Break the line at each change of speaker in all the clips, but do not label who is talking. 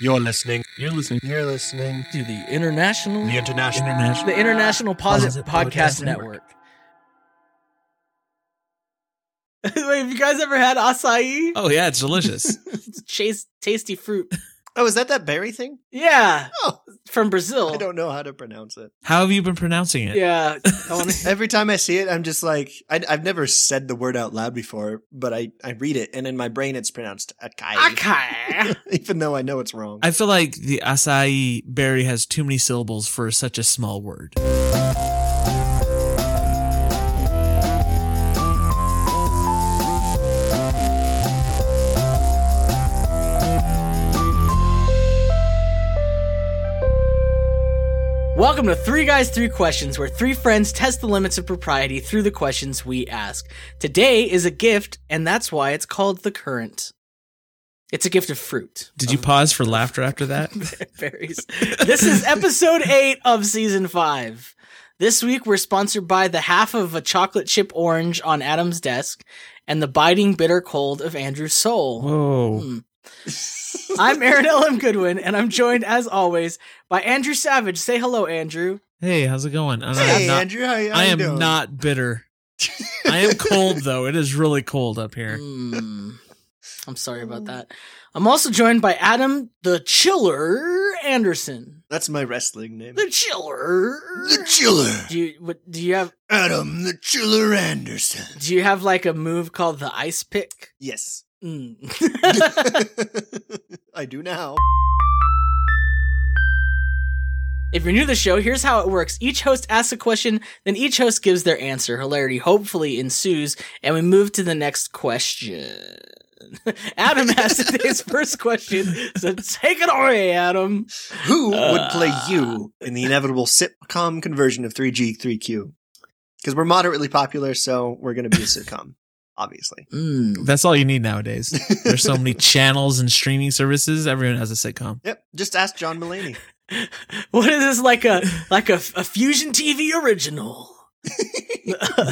You're listening.
You're listening
You're listening.
to the International
The International.
International.
the International Posit
Posit
Podcast,
Podcast
Network.
Network.
Wait, have you guys ever had acai?
Oh yeah, it's delicious.
It's chas- tasty fruit.
Oh, is that that berry thing?
Yeah,
Oh.
from Brazil.
I don't know how to pronounce it.
How have you been pronouncing it?
Yeah, I
Oh,
wanna-
Every time I see it, I'm just like, I, I've never said the word out loud before, but I, I read it, and in my brain, it's pronounced acai.
acai.
Even though I know it's wrong.
I feel like the acai berry has too many syllables for such a small word.
Welcome to Three Guys, Three Questions, where three friends test the limits of propriety through the questions we ask. Today is a gift, and that's why it's called the current. It's a gift of fruit.
Did you pause for laughter after that?
Berries. This is episode eight of season five. This week, we're sponsored by the half of a chocolate chip orange on Adam's desk and the biting bitter cold of Andrew's soul.
Whoa.
Hmm. I'm Aaron L. M. Goodwin, and I'm joined, as always, by Andrew Savage. Say hello, Andrew.
Hey, how's it going? I'm
hey,
not,
Andrew, how, how
I
you
am
doing?
not bitter. I am cold though. It is really cold up here.
Mm. I'm sorry about that. I'm also joined by Adam the Chiller Anderson.
That's my wrestling name.
The Chiller.
Chiller.
Do you what, do you have
Adam the Chiller Anderson.
do you have like a move called the Ice Pick?
Yes.
Mm.
I do now.
if you're new to the show, here's how it works. Each host asks a question, then each host gives their answer. Hilarity hopefully ensues, and we move to the next question. Adam has today's first question, so take it away, Adam.
Who would
Uh.
play you in the inevitable sitcom conversion of 3G, 3Q? Because we're moderately popular, so we're going to be a sitcom, obviously.
Mm.
That's all you need nowadays. There's so many channels and streaming services. Everyone has a sitcom.
Yep. Just ask John Mulaney.
What is this like a like a, a fusion TV original?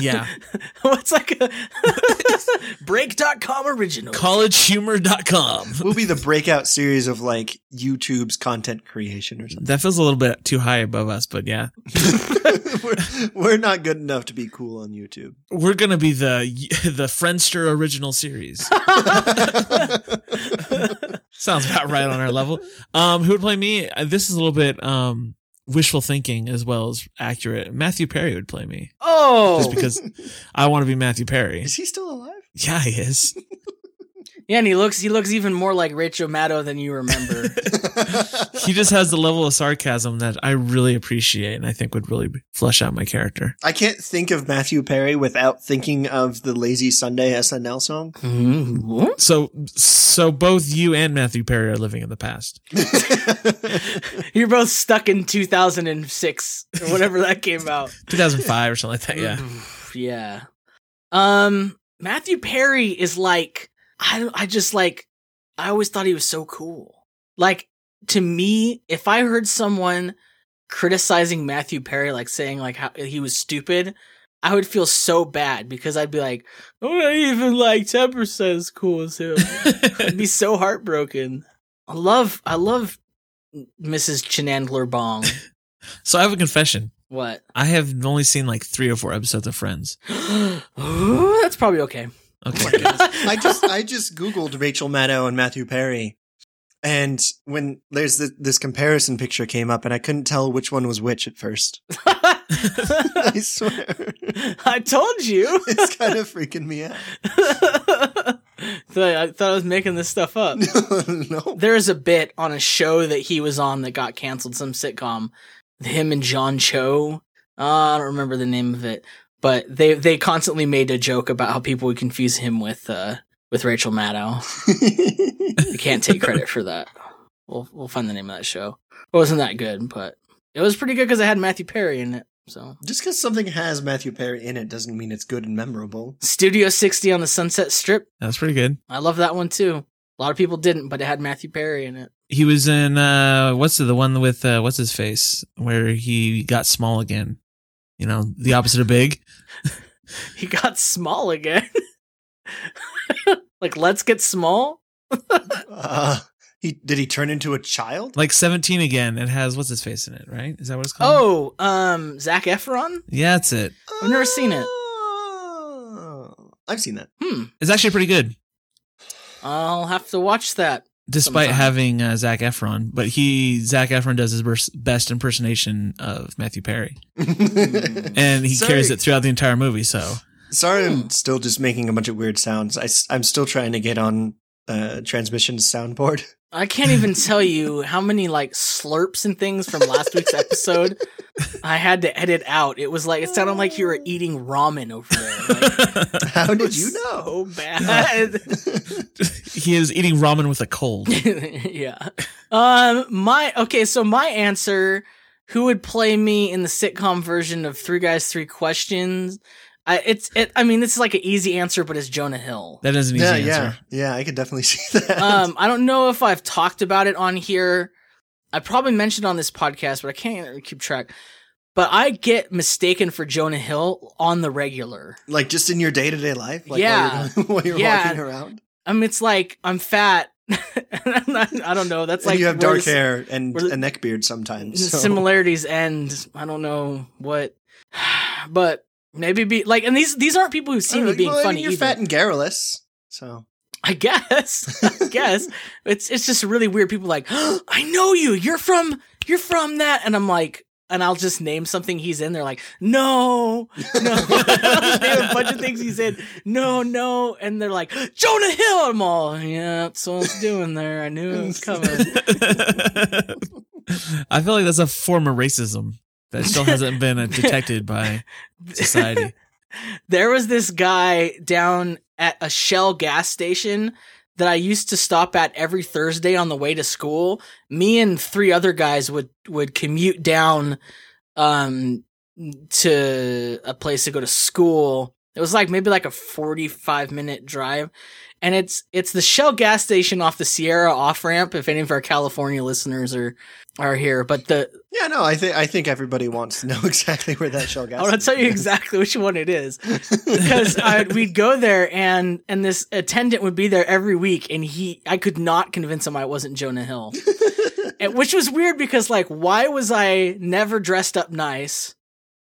Yeah.
What's like a break.com original?
Collegehumor.com.
We'll be the breakout series of like YouTube's content creation or
That feels a little bit too high above us, but yeah.
something. we're, we're not good enough to be cool on YouTube.
We're gonna be the the Friendster original series. Sounds about right on our level. Um, who would play me? Uh, This is a little bit um wishful thinking as well as accurate. Matthew Perry would play me just
oh,
because I want to be Matthew Perry.
Is he still alive?
Yeah, he is.
yeah, and he looks he looks even more like Rachel Maddow than you remember.
He just has the level of sarcasm that I really appreciate, and I think would really flesh out my character.
I can't think of Matthew Perry without thinking of the Lazy Sunday SNL song.
Hmm. So, so both you and Matthew Perry are living in the past.
You're both stuck in 2006 or whatever that came out.
2005 or something like that. Yeah.
yeah. Um, Matthew Perry is like I don't- I just like I always thought he was so cool. Like to me, if I heard someone criticizing Matthew Perry, like saying like how he was stupid, I would feel so bad because I'd be like, I'm not even like ten percent as cool as him. I'd be so heartbroken. I love I love Mrs. Chenandler Bong.
so I have a confession.
What?
I have only seen like three or four episodes of Friends.
That's probably okay.
Okay.
I just I just googled Rachel Maddow and Matthew Perry, and when there's this, this comparison picture came up, and I couldn't tell which one was which at first. I swear,
I told you.
it's kind of freaking me out.
Thought- I thought I was making this stuff up.
no,
There is a bit on a show that he was on that got canceled, some sitcom. Him and John Cho. Uh, I don't remember the name of it, but they they constantly made a joke about how people would confuse him with uh with Rachel Maddow. I can't take credit for that. We'll we'll find the name of that show. It wasn't that good, but it was pretty good because it had Matthew Perry in it. So
just because something has Matthew Perry in it doesn't mean it's good and memorable.
Studio 60 on the Sunset Strip.
That's pretty good.
I love that one too. A lot of people didn't, but it had Matthew Perry in it.
He was in uh what's the, the one with uh what's his face where he got small again. You know, the opposite of big.
He got small again. like, let's get small.
Uh, He did he turn into a child?
Like 17 again. It has what's his face in it, right? Is that what it's called?
Oh, um, Zach Efron.
yeah, that's it.
I've never seen it.
Oh, I've seen that.
Hmm.
It's actually pretty good,
I'll have to watch that.
despite
Sometime.
having uh, Zach Efron. But he Zach Efron does his vers- best impersonation of Matthew Perry, and he
Sorry.
carries it throughout the entire movie. So
Sorry, I'm still just making a bunch of weird sounds. I, am still trying to get on uh, transmission's soundboard.
I can't even tell you how many like slurps and things from last week's episode I had to edit out. It was like it sounded like you were eating ramen over there. Like,
How did
it's
you
So
know?
bad.
he is eating ramen with a cold.
yeah. Um. My okay. So my answer: Who would play me in the sitcom version of Three Guys Three Questions? I, it's. It, I mean, this is like an easy answer, but it's Jonah Hill.
That is an easy
yeah,
answer.
yeah, yeah. I could definitely see that.
um. I don't know if I've talked about it on here. I probably mentioned on this podcast, but I can't keep track. But I get mistaken for Jonah Hill on the regular.
like just in your day to day life. Like
Yeah.
while you're, while you're
Yeah.
walking around.
I mean, it's like I'm fat. I don't know. That's
and
like
you have
where
dark
this-
hair and
we're-
a neck beard sometimes.
The
so-
similarities end. I don't know what, but maybe be like. And these these aren't people who see
I don't
me
know,
being
Uh, well, I mean,
funny
You're
either.
fat and garrulous, so
I guess. I guess it's it's just really weird. People like, I know you. You're from you're from that, and I'm like. And I'll just name something he's in. They're like, no, no. I'll just name a bunch of things he's in. No, no. And they're like, Jonah Hill. I'm all, yeah, that's what I was doing there. I knew it was coming.
I feel like that's a form of racism that still hasn't been uh, detected by society.
there was this guy down at a Shell gas station that I used to stop at every Thursday on the way to school. Me and three other guys would would commute down um to a place to go to school. It was like maybe like a 45 minute drive and it's it's the Shell gas station off the Sierra off ramp if any of our California listeners are are here, but the
yeah. No, I think I think everybody wants to know exactly where that shell gas.
I'll
is.
tell you exactly which one it is because I, we'd go there and and this attendant would be there every week and he i could not convince him i wasn't jonah hill and, which was weird because like why was i never dressed up nice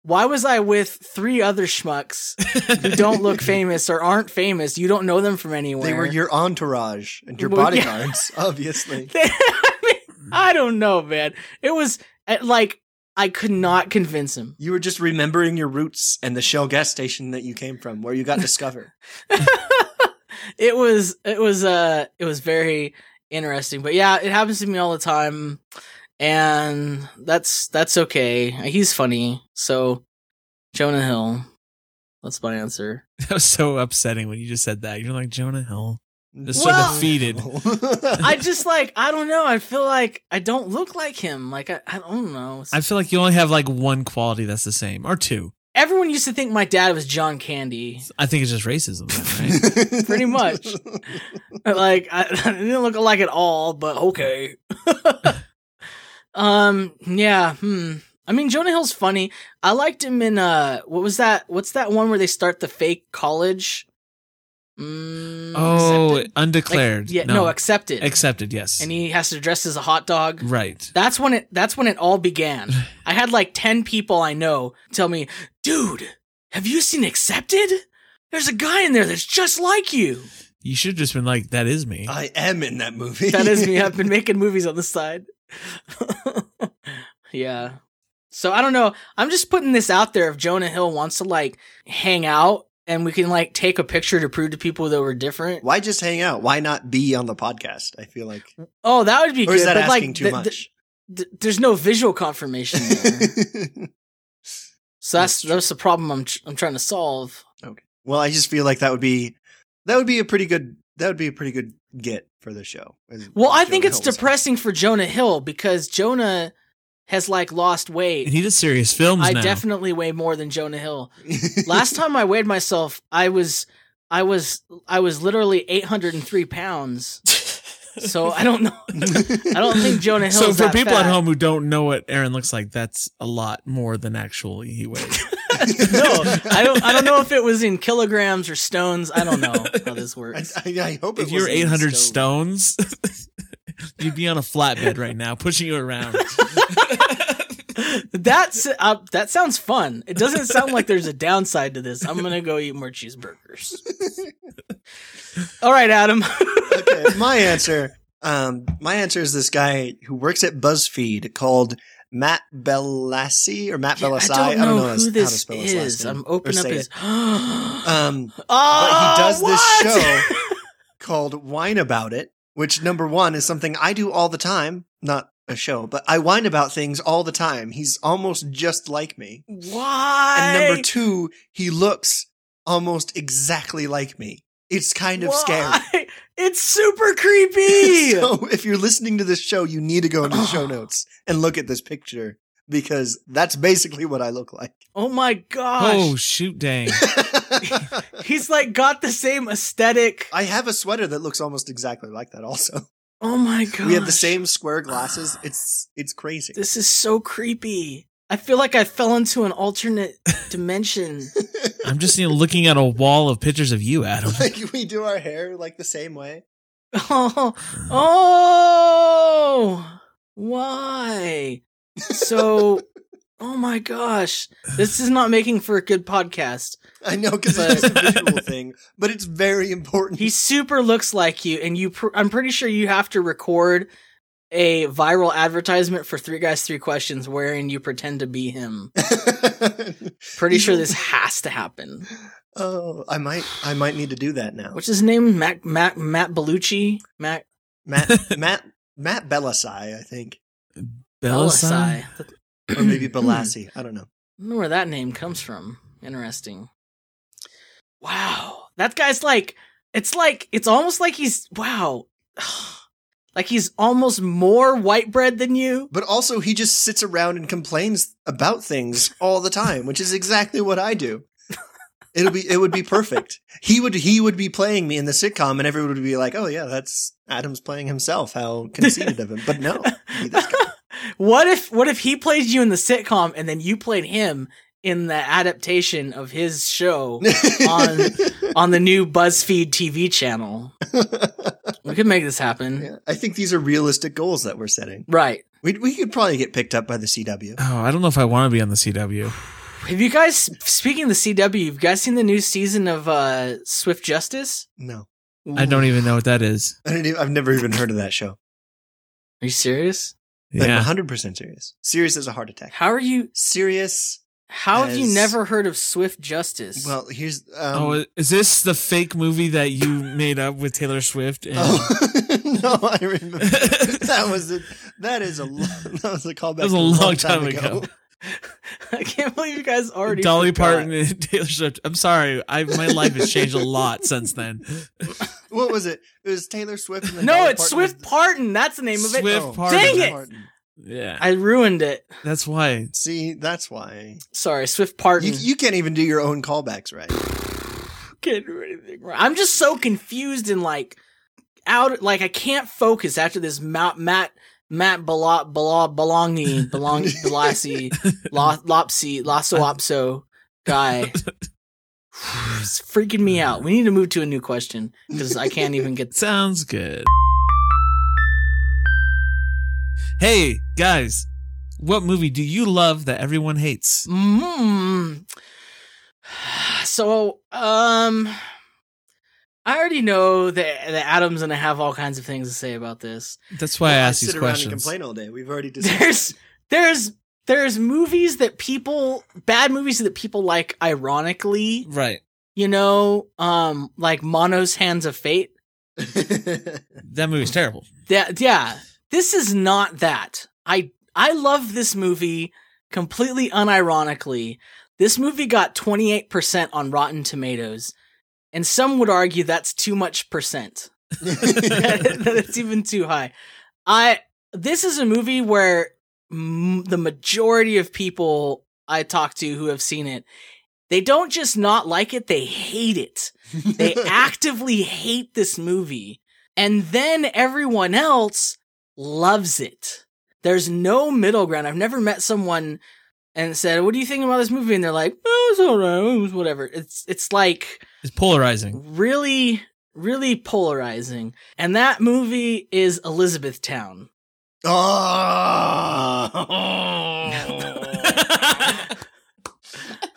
why was i with three other schmucks who don't look famous or aren't famous you don't know them from anywhere
They were your entourage and your
Well, yeah.
bodyguards, obviously.
I, mean, I don't know man it was uh, like i could not convince him
You were just remembering your roots and the Shell gas station that you came from, where you got discovered.
it was it was uh it was very interesting but yeah it happens to me all the time and that's that's okay he's funny so jonah hill that's my answer
That was so upsetting when you just said that. You're like Jonah Hill. It's
so Well-
defeated.
i just like i don't know i feel like i don't look like him like i, I don't know
I feel like you only have like one quality that's the same, or two.
everyone used to think my dad was john candy
I think it's just racism, then,
Mm,
right?
Pretty much. like I, I didn't look alike at all, but okay. um, yeah. Hmm. I mean, Jonah Hill's funny. I liked him in uh, what was that? What's that one where they start the fake college? Mm,
oh,
Accepted? Like,
undeclared.
yeah, no, accepted.
accepted. Yes,
and he has to dress as a hot dog.
right.
That's when it. That's when it all began. I had like ten people I know tell me, "Dude, have you seen Accepted? There's a guy in there that's just like you."
You should have just been like, "That is me."
I am in that movie.
that is me. I've been making movies on the side. yeah. So I don't know. I'm just putting this out there. If Jonah Hill wants to like hang out and we can like take a picture to prove to people that we're different.
Why just hang out? Why not be on the podcast? I feel like,
Oh, that would be
or
good.
is that
but
asking
like, th-
too
th-
much?
th- there's no visual confirmation there. so that's
That's true.
that's the problem I'm tr- I'm trying to solve.
okay. Well, I just feel like that would be that would be a pretty good that would be a pretty good get for the show. is-
Well,
is
I think
Jonah
it's
Hill was-
depressing for Jonah Hill because Jonah has like lost weight.
And he did serious films
I
now.
definitely weigh more than Jonah Hill. last time I weighed myself, I was, I was, I was literally 803 pounds. So I don't know. I don't think Jonah Hill.
so
is
for
that
people
fat.
at home who don't know what Aaron looks like, that's a lot more than actually he weighs.
no, I don't. I don't know if it was in kilograms or stones. I don't know how this
I,
works.
I, I hope it
if you're
wasn't
800
stone.
stones, You'd be on a flatbed right now, pushing you around.
That's uh, that sounds fun. It doesn't sound like there's a downside to this. I'm gonna go eat more cheeseburgers. All right, Adam.
okay, my answer. Um, my answer is this guy who works at BuzzFeed called Matt Bellassi or Matt Bellassi.
I don't know
his-
who this
how to spell his last
is.
name
I'm
or
opening up
say
his.
it.
oh,
Um,
Uh,
but he does this show called Whine About It, which number one is something I do all the time. Not a show, but I whine about things all the time. He's almost just like me.
Why?
And number two, he looks almost exactly like me. It's kind of scary.
Why? It's super creepy.
so if you're listening to this show, you need to go into the show notes and look at this picture because that's basically what I look like.
oh my gosh.
oh shoot, dang!
He's like got the same aesthetic.
I have a sweater that looks almost exactly like that also.
Oh my god.
We have the same square glasses. It's it's crazy.
This is so creepy. I feel like I fell into an alternate dimension.
I'm just you know, looking at a wall of pictures of you, Adam.
like we do our hair like the same way.
Oh, oh, why? So, oh my gosh, this is not making for a good podcast.
I know because it's just a visual thing, but it's very important.
He super looks like you, and you. Pr- I'm pretty sure you have to record a viral advertisement for Three Guys Three Questions, wherein you pretend to be him. Pretty sure this has to happen.
oh, I might I might need to do that now.
What's his name? Mac Mac Matt Bellucci. Mac
Matt Matt Matt Bellasai, I think.
Belisai.
Belisai.
Or maybe Bellassi. I don't know.
I don't know where that name comes from. Interesting. Wow. That guy's like, it's like, it's almost like he's, wow. like he's almost more white bread than you.
But also, he just sits around and complains about things all the time, which is exactly what I do. It'll be it would be perfect. He would he would be playing me in the sitcom, and everyone would be like, "Oh yeah, that's Adam's playing himself." How conceited of him! But no, he'd be this guy.
What if, what if he played you in the sitcom and then you played him in the adaptation of his show On- on the new BuzzFeed TV channel? We could make this happen.
Yeah, I think these are realistic goals that we're setting.
Right.
We we could probably get picked up by the CW.
Oh, I don't know if I want to be on the CW.
Have you guys, speaking of the CW, have you guys seen the new season of uh, Swift Justice?
No,
I don't even know what that is.
I don't even, I've never even heard of that show.
Are you serious?
I'm
Yeah,
100 percent serious. Serious as a heart attack.
How are you?
Serious.
How have you
As-
never heard of Swift Justice?
Well, here's um,
oh, is this the fake movie that you made up with Taylor Swift? And
Oh no, I remember. that was a, that is a lo- that was a callback.
That was a
to
long time ago.
I can't believe you guys already.
Dolly
forgot.
Parton and Taylor Swift. I'm sorry, I my life has changed a lot since then.
What was it? It was Taylor Swift. And then
No,
Dolly
it's
Parton was
Swift Parton. That's the name of it.
the-
Swift
Oh,
Parton.
Dang it!
Parton.
Yeah,
I ruined it.
that's why.
See, that's why
Sorry, Swift
you,
Parton.
Mm.
you can't even do your own callbacks right.
can't do anything wrong. I'm just so confused and like out. Like I can't focus after this Matt Matt Matt Bala Bala Belongi Belong Belasi Lo- Lopsy Lasso Opso guy. It's freaking me out. We need to move to a new question because I can't even get
Sounds good. Hey guys, what movie do you love that everyone hates?
Mm. So, um, I already know that, that Adam's gonna have all kinds of things to say about this.
That's why I asked
sit
these
around and
questions.
complain all day. We've already discussed.
There's, there's, there's movies that people, bad movies that people like ironically,
Right.
you know, um, like Mono's Hands of Fate.
That movie's terrible.
That, yeah, this is not that. I, I love this movie completely unironically. This movie got 28% on Rotten Tomatoes, and some would argue that's too much percent. that it's even too high. I this is a movie where m- the majority of people I talk to who have seen it, they don't just not like it, they hate it. They actively hate this movie. And then everyone else loves it. There's no middle ground. I've never met someone and said, "What do you think about this movie?" and they're like, "Oh, it's all right, it was whatever." It's it's like
It's polarizing.
really really polarizing. And that movie is Elizabethtown.
Oh.
That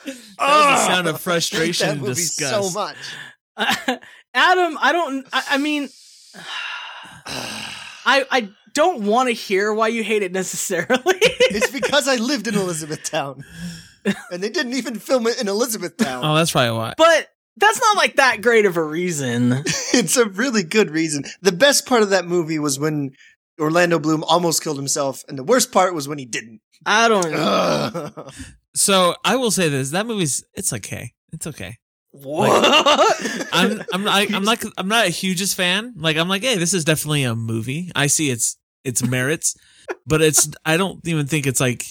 was the sound of frustration
Ah! that
and
movie
disgust.
so much.
Adam, I don't. I, I mean, I I don't want to hear why you hate it necessarily.
it's because I lived in Elizabethtown. And they didn't even film it in Elizabethtown.
Oh, that's probably why.
but that's not like that great of a reason.
it's a really good reason. The best part of that movie was when Orlando Bloom almost killed himself, and the worst part was when he didn't.
I don't know.
Ugh.
So I will say this: that movie's it's okay. It's okay.
What?
I'm I'm I, I'm not I'm not a hugest fan. Like I'm like, hey, this is definitely a movie. I see its its merits, but it's I don't even think it's like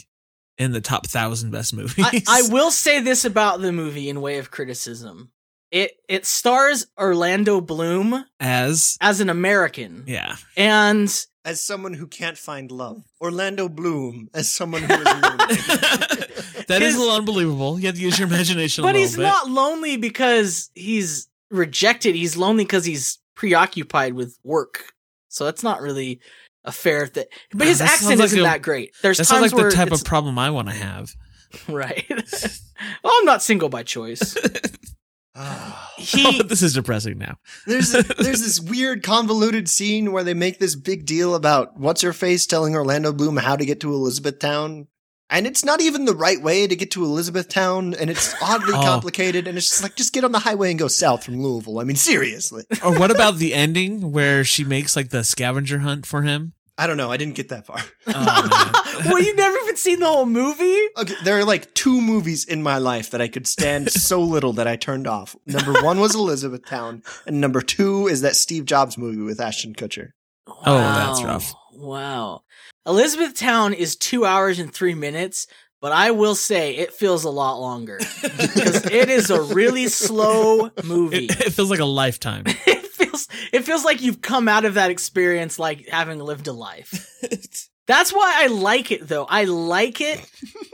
in the top thousand best movies.
I, I will say this about the movie in way of criticism. It it stars Orlando Bloom
as
as an American.
yeah.
And
as someone who can't find love, Orlando Bloom as someone who is lonely.
that is
His-
a little unbelievable. You have to use your imagination. a
but
little
he's
bit.
not lonely because he's rejected. He's lonely because he's preoccupied with work. So that's not really a fair thing. But
Yeah,
his
Ah, that sounds
accent
like
isn't
a-
that great. There's
That
times
sounds like
where
the type
it's,
of problem I want to have.
right. well, I'm not single by choice.
Ah.
He
this is depressing now.
there's a- there's this weird convoluted scene where they make this big deal about what's her face telling Orlando Bloom how to get to Elizabethtown. And it's not even the right way to get to Elizabethtown, and it's oddly
Oh.
complicated. And it's just like, just get on the highway and go south from Louisville. I mean, seriously.
Or what about the ending where she makes like the scavenger hunt for him?
I don't know. I didn't get that far.
Oh, man.
well, you've never even seen the whole movie.
Okay, there are like two movies in my life that I could stand so little that I turned off. Number one was Elizabethtown, and number two is that Steve Jobs movie with Ashton Kutcher.
Oh, that's
Wow.
rough.
Wow. Elizabethtown is two hours and three minutes, but I will say it feels a lot longer because it is a really slow movie.
It, it feels like a lifetime.
It feels it feels like you've come out of that experience like having lived a life. That's why I like it though. I like it.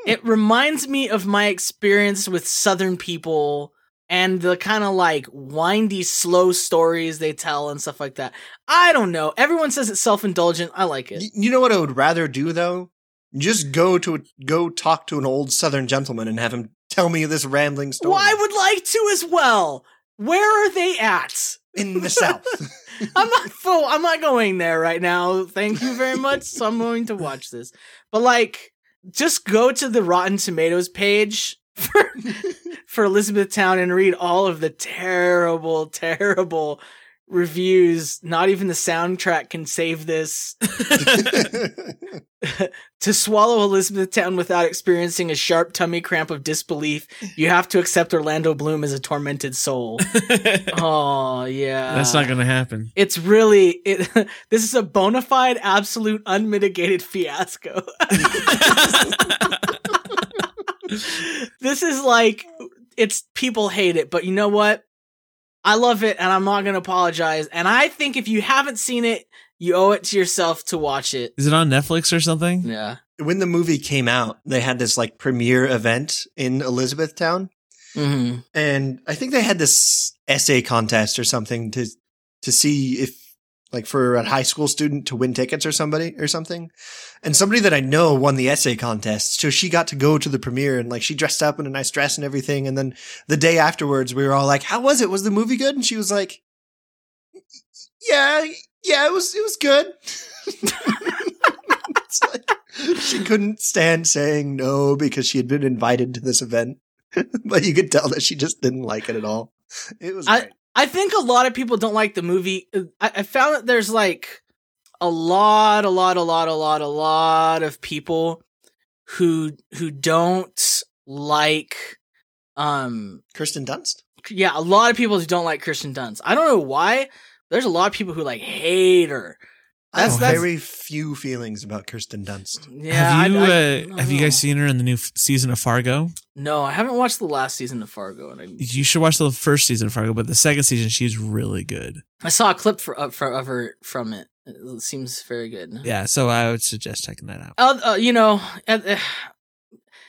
It reminds me of my experience with southern people and the kind of like windy slow stories they tell and stuff like that. I don't know. Everyone says it's self-indulgent. I like it.
Y- You know what I would rather do though? Just go to go talk to an old Southern gentleman and have him tell me this rambling story.
Well, I would like to as well. Where are they at?
in the South?
I'm not full. I'm not going there right now. Thank you very much. so I'm going to watch this. But like, just go to the Rotten Tomatoes page for for Elizabethtown and read all of the terrible, terrible reviews. Not even the soundtrack can save this. To swallow Elizabethtown without experiencing a sharp tummy cramp of disbelief, you have to accept Orlando Bloom as a tormented soul.
That's
oh yeah,
not going to happen.
it's really it, this is a bona fide absolute unmitigated fiasco this is like it's people hate it but you know what i love it and i'm not gonna apologize and i think if you haven't seen it you owe it to yourself to watch it
Is it on Netflix or something?
yeah
when the movie came out, they had this like premiere event in Elizabethtown.
mm-hmm.
and I think they had this essay contest or something to to see if like for a high school student to win tickets or somebody or something. And somebody that I know won the essay contest. So she got to go to the premiere and like she dressed up in a nice dress and everything. And then the day afterwards we were all like, How was it? Was the movie good? And she was like, Yeah, yeah, it was it was good. It's like, she couldn't stand saying no because she had been invited to this event but you could tell that she just didn't like it at all. It was great.
i think a lot of people don't like the movie I, I found that there's like a lot a lot a lot a lot a lot of people who who don't like um
Kirsten Dunst.
yeah a lot of people who don't like Kirsten Dunst. I don't know why. There's a lot of people who like hate her.
I have
That's- that's-
very few feelings about Kirsten Dunst.
Yeah,
have you
I- I- I
uh,
don't
have you guys
know.
seen her in the new f- season of Fargo?
No, I haven't watched the last season of Fargo, and I,
You should watch the first season of Fargo, but the second season she's really good.
I saw a clip for, uh, for of her from it. It seems very good.
Yeah, so I would suggest checking that out.
Oth- uh, you know, at, uh,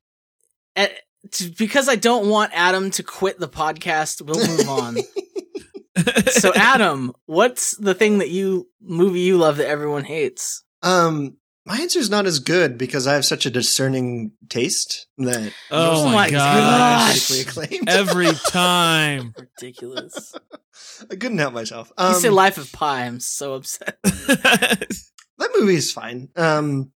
at, to, because I don't want Adam to quit the podcast, we'll move on. So Adam, what's the thing that you movie you love that everyone hates?
Um, my answer is not as good because I have such a discerning taste that
oh
Oh
my,
my
god!
gosh.
critically acclaimed.
Every time.
Ridiculous.
I couldn't help myself.
you
Um,
say Life of Pi. I'm so upset.
I
that movie is fine. Um,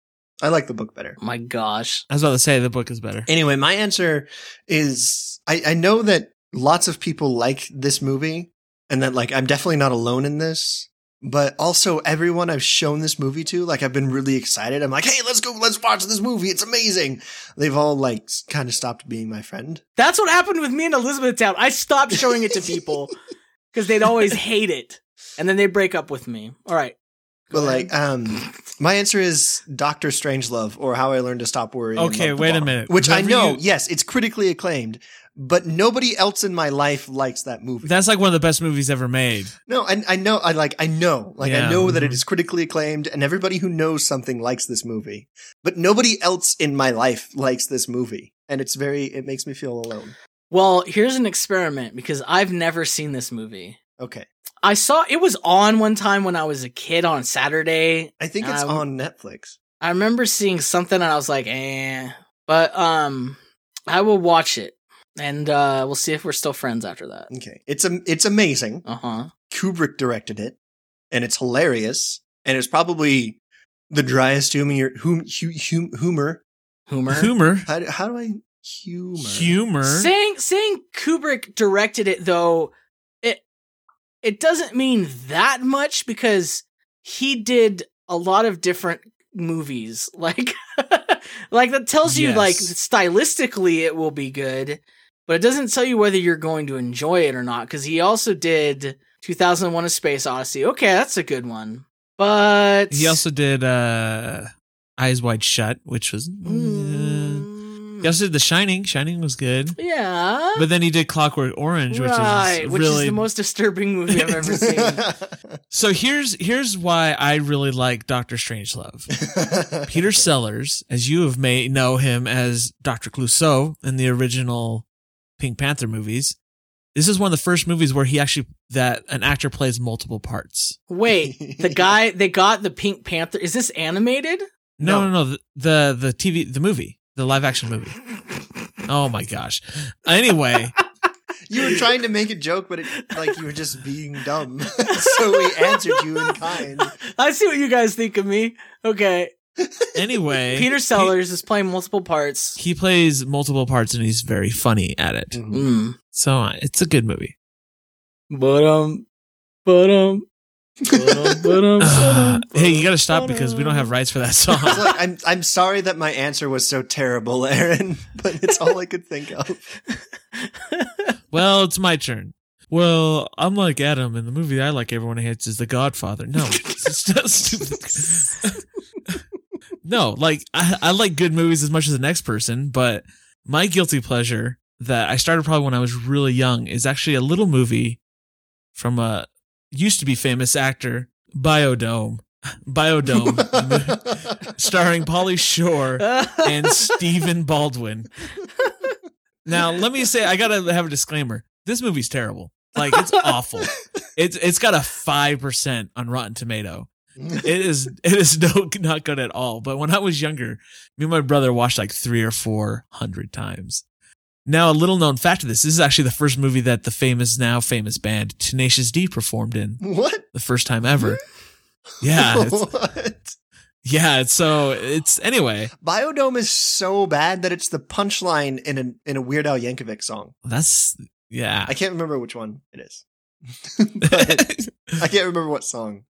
I like the book better.
My gosh.
was about to say the book is better.
Anyway, my answer is I, I know that lots of people like this movie and that like I'm definitely not alone in this, but also everyone I've shown this movie to, like I've been really excited. I'm like, hey, let's go, let's watch this movie. It's amazing. They've all like kind of stopped being my friend.
That's what happened with me in Elizabethtown. I stopped showing it to people because they'd always hate it. And then they'd break up with me. All right.
But like, um, my answer is Doctor Strangelove or How I Learned to Stop Worrying. and
Okay,
Love the
wait a
Bomb,
minute.
Which I
Whoever
know,
you-
yes, it's critically acclaimed, but nobody else in my life likes that movie.
That's like one of the best movies ever made.
No, I, I know. I like. I know. Like I
Yeah.
know that it
Mhm.
is critically acclaimed, and everybody who knows something likes this movie. But nobody else in my life likes this movie, and it's very. It makes me feel alone.
Well, here's an experiment because I've never seen this movie.
Okay,
I saw it was on one time when I was a kid on Saturday.
I think it's
Um,
on Netflix.
I remember seeing something and I was like, eh. But um I will watch it and uh we'll see if we're still friends after that.
Okay, it's a. It's amazing.
Uh-huh.
Kubrick directed it, and it's hilarious, and it's probably the driest humor. Hum, hu, hum, humor.
Humor.
Humor.
How, do- how do I humor?
Humor.
Saying saying Kubrick directed it though, it it doesn't mean that much because he did a lot of different movies. Like like that tells you
Yes.
like stylistically it will be good, but it doesn't tell you whether you're going to enjoy it or not cuz he also did 2001 A Space Odyssey. Okay, that's a good one. But
He also did uh Eyes Wide Shut, which was. uh,
Mm,
he also did The Shining. Shining was good.
yeah.
But then he did Clockwork Orange, which
right,
is
which
really
is the most disturbing movie I've ever seen.
So here's here's why I really like Doctor Strangelove. Peter Sellers, as you have may know him as Doctor Clouseau in the original Pink Panther movies, this is one of the first movies where he actually that an actor plays multiple parts.
Wait, the guy they got the Pink Panther. Is this animated?
No, no,
No.
no, the, the the TV the movie, the live action movie. Oh my gosh. Anyway,
You were trying to make a joke, but it, like you were just being dumb. so we answered you in kind.
I see what you guys think of me. Okay,
anyway,
Peter Sellers is playing multiple parts.
he, he plays multiple parts and he's very funny at it.
Mm-hmm.
Mm.
So uh, it's a good movie.
But um, but um, but um, but um,
hey, you got to stop because we don't have rights for that song.
It's like, I'm I'm sorry that my answer was so terrible, Aaron, but it's all I could think of.
Well, it's my turn. Well, I'm like Adam, and the movie I like everyone hates is The Godfather. No, it's just stupid. no, like I, I like good movies as much as the next person, but my guilty pleasure that I started probably when I was really young is actually a little movie from a used to be famous actor, Biodome.
Um,
Biodome, starring Polly Shore and Stephen Baldwin. Now, let me say, I gotta have a disclaimer. This movie's terrible. Like it's awful. It's it's got a five percent on Rotten Tomato. It is it is no not good at all. But when I was younger, me and my brother watched like three or four hundred times. Now, a little known fact of this: this is actually the first movie that the famous now famous band Tenacious D performed in
what?
the first time ever. Yeah, it's,
What?
yeah. it's- So it's anyway.
Biodome is so bad that it's the punchline in a in a Weird Al Yankovic song.
That's yeah.
I can't remember which one it is. but I can't remember what song,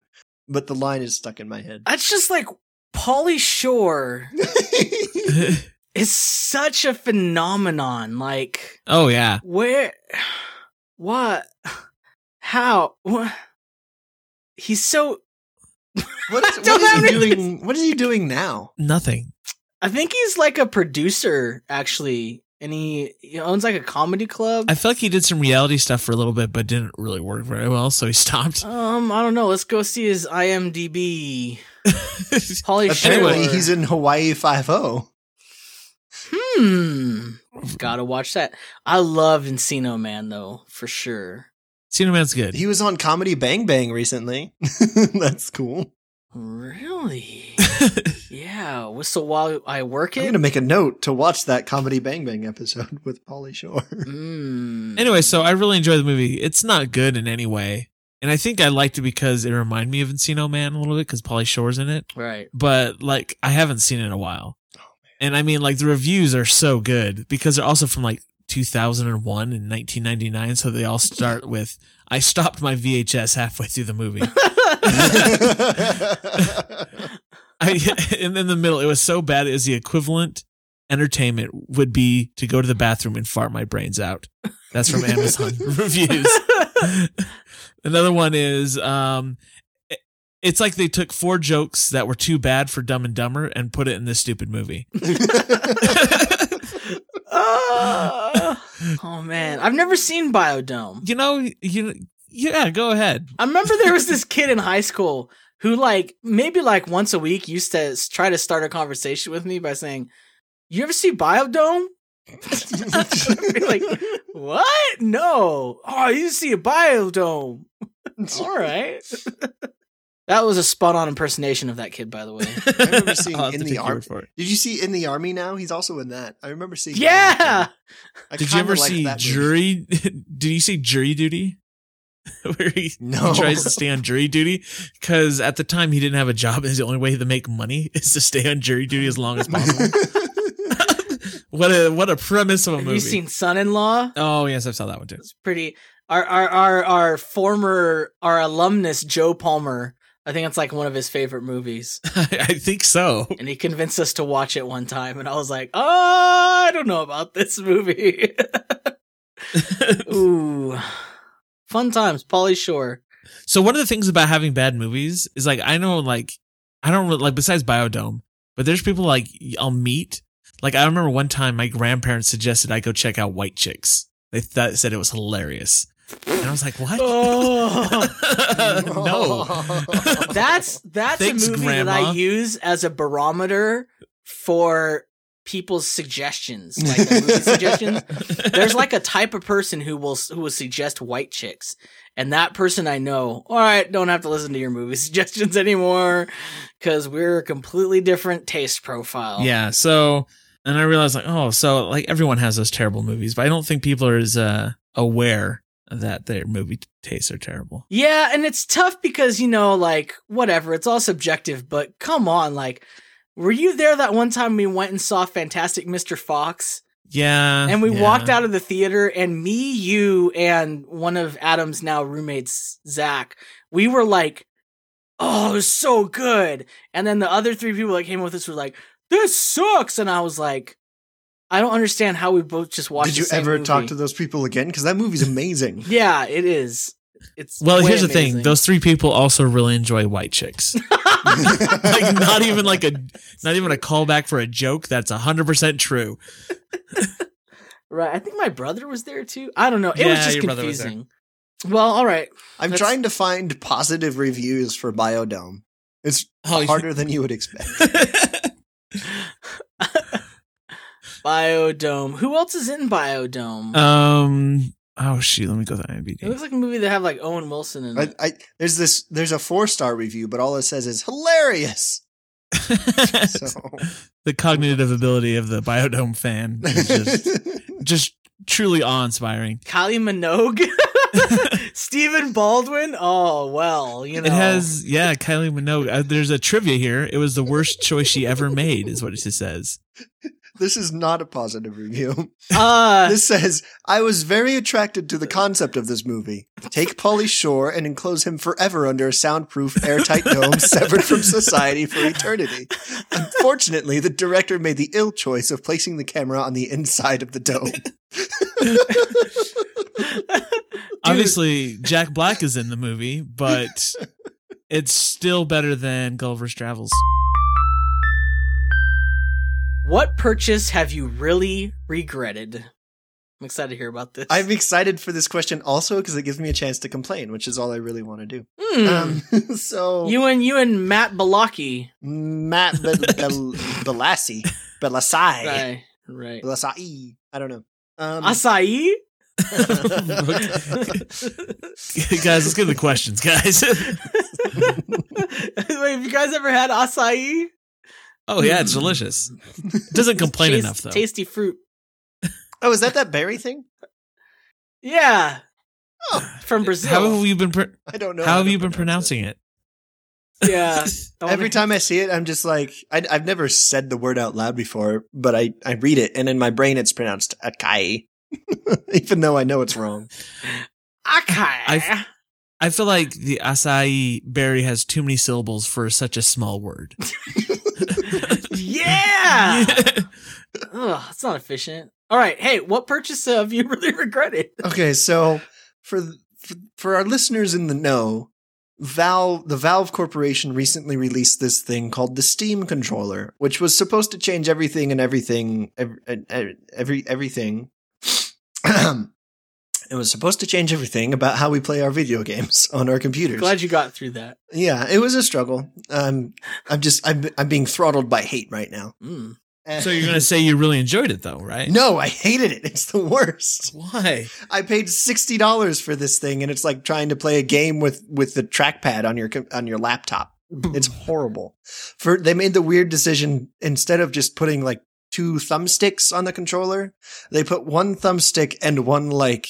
but the line is stuck in my head.
that's just like Polly Shore is such a phenomenon. Like,
oh yeah.
Where? What? How? What? He's so.
What is,
I don't
what is
have
he
any-
doing? What is he doing now?
Nothing.
I think he's like a producer, actually, and he, he owns like a comedy club.
I felt like he did some reality stuff for a little bit, but didn't really work very well, so he stopped.
um, I don't know. Let's go see his IMDb. Polly Shore.
Apparently, he's in Hawaii Five O.
Hmm. Gotta watch that. I love Encino Man though, for sure.
Cena Man's good.
He was on Comedy Bang Bang recently. That's cool.
Really? yeah. well, So while I work
I'm
it,
gonna make a note to watch that Comedy Bang Bang episode with Polly Shore.
Mm.
anyway, so I really enjoy the movie. It's not good in any way. And I think I liked it because it reminded me of Encino Man a little bit because Polly Shore's in it.
right.
But like, I haven't seen it in a while. And I mean, like, the reviews are so good because they're also from like 2001 and 1999. So they all start with, I stopped my VHS halfway through the movie. I, and in the middle, it was so bad. It was the equivalent entertainment would be to go to the bathroom and fart my brains out. That's from Amazon reviews. Another one is um, it- it's like they took four jokes that were too bad for Dumb and Dumber and put it in this stupid movie.
Ah. oh man, I've never seen Biodome.
You know, you yeah, go ahead.
I remember there was this kid in high school who, like, maybe like once a week used to s- try to start a conversation with me by saying, "You ever see Biodome?" Be like, what? No. Oh, you see a biodome. All right. that was a spot-on impersonation of that kid, by the way.
I remember seeing
I'll have
in
to
the
take your
Ar-
word for it.
Did you see In the Army now? He's also in that. I remember seeing.
yeah.
I
Did you
kinda
ever
liked
see
that movie.
jury? Did you see jury duty? Where he
No.
he tries to stay on jury duty because at the time he didn't have a job. Is the only way to make money is to stay on jury duty as long as possible. what a what a premise of a
Have
movie.
you seen Son-in-Law?
oh yes, I saw that one too.
It's pretty. Our our our our former our alumnus Joe Palmer. I think it's like one of his favorite movies,
I think so.
and he convinced us to watch it one time, and I was like, "Oh, I don't know about this movie." Ooh, fun times, Polly Shore.
So one of the things about having bad movies is like I know like I don't really, like besides Biodome, but there's people like I'll meet. Like I remember one time my grandparents suggested I go check out White Chicks. They thought said it was hilarious, and I was like, what?
Oh.
no.
That's that's
Thanks,
a movie that
Grandma.
I use as a barometer for people's suggestions, like their movie suggestions. There's like a type of person who will who will suggest white chicks, and that person I know. All right, don't have to listen to your movie suggestions anymore because we're a completely different taste profile.
Yeah. So, and I realized like, oh, so like everyone has those terrible movies, but I don't think people are as uh, aware that their movie t- tastes are terrible.
Yeah, and it's tough because, you know, like, whatever, it's all subjective, but come on, like, were you there that one time we went and saw Fantastic Mr. Fox?
Yeah.
And we
yeah.
walked out of the theater, and me, you, and one of Adam's now roommates, Zach, we were like, oh, it was so good. And then the other three people that came with us were like, this sucks. And I was like, I don't understand how we both just watched
Did you
the same
ever talk
movie."
to those people again? Because that movie's amazing.
Yeah, it is. It's
Well,
way
here's the
amazing.
thing: those three people also really enjoy white chicks. like, not even like a, not even a callback for a joke. That's hundred percent true.
Right. I think my brother was there too. I don't know. It
Yeah,
was just
your brother was there.
confusing. Well, all right.
I'm
That's-
trying to find positive reviews for Biodome. It's
Oh,
harder than you would expect.
Biodome. Who else is in Biodome?
um. Oh shoot! Let me go to
it
IMDb.
looks like a movie that have like Owen Wilson in
I,
it.
I, there's this. There's a four star review, but all it says is hilarious. So
the cognitive ability of the biodome fan is just, just truly awe-inspiring.
Kylie Minogue, Stephen Baldwin. Oh well, you know.
It has, yeah, Kylie Minogue. Uh, there's a trivia here. It was the worst choice she ever made, is what it says.
this is not a positive review.
Uh,
This says I was very attracted to the concept of this movie. Take Polly Shore and enclose him forever under a soundproof, airtight dome, severed from society for eternity. Unfortunately, the director made the ill choice of placing the camera on the inside of the dome.
Obviously, Jack Black is in the movie, but it's still better than Gulliver's Travels.
what purchase have you really regretted? I'm excited to hear about this.
I'm excited for this question also because it gives me a chance to complain, which is all I really want to do.
Hmm.
Um, so
you and you and Matt Balaki.
Matt Bel- Bel- Belassi, Belasai,
Right. Right.
Belasai. I don't know. Um,
Acai?
guys, let's get to the questions, guys.
Wait, have you guys ever had acai?
oh yeah, it's delicious. Doesn't complain
Taste-
enough though.
Tasty fruit.
Oh, is that that berry thing?
Yeah.
Oh.
From Brazil.
How have you been? Pr-
I don't know.
how
to
have you been
pronounce it.
pronouncing it?
yeah.
Every time I see it, I'm just like, I, I've never said the word out loud before, but I, I read it, and in my brain, it's pronounced Akai, even though I know it's wrong.
Acai.
I've- I feel like the acai berry has too many syllables for such a small word.
yeah. Ugh, it's not efficient. All right. Hey, what purchase have you really regretted?
Okay, so for, for for our listeners in the know, Valve the Valve Corporation recently released this thing called the Steam controller, which was supposed to change everything and everything every, every everything. it was supposed to change everything about how we play our video games on our computers.
Glad you got through that.
Yeah, it was a struggle. Um, I'm just I'm I'm being throttled by hate right now.
Mm.
so you're gonna say you really enjoyed it though, right?
No, I hated it. It's the worst.
Why?
I paid sixty dollars for this thing, and it's like trying to play a game with with the trackpad on your com- on your laptop. It's horrible. For they made the weird decision instead of just putting like two thumbsticks on the controller, they put one thumbstick and one like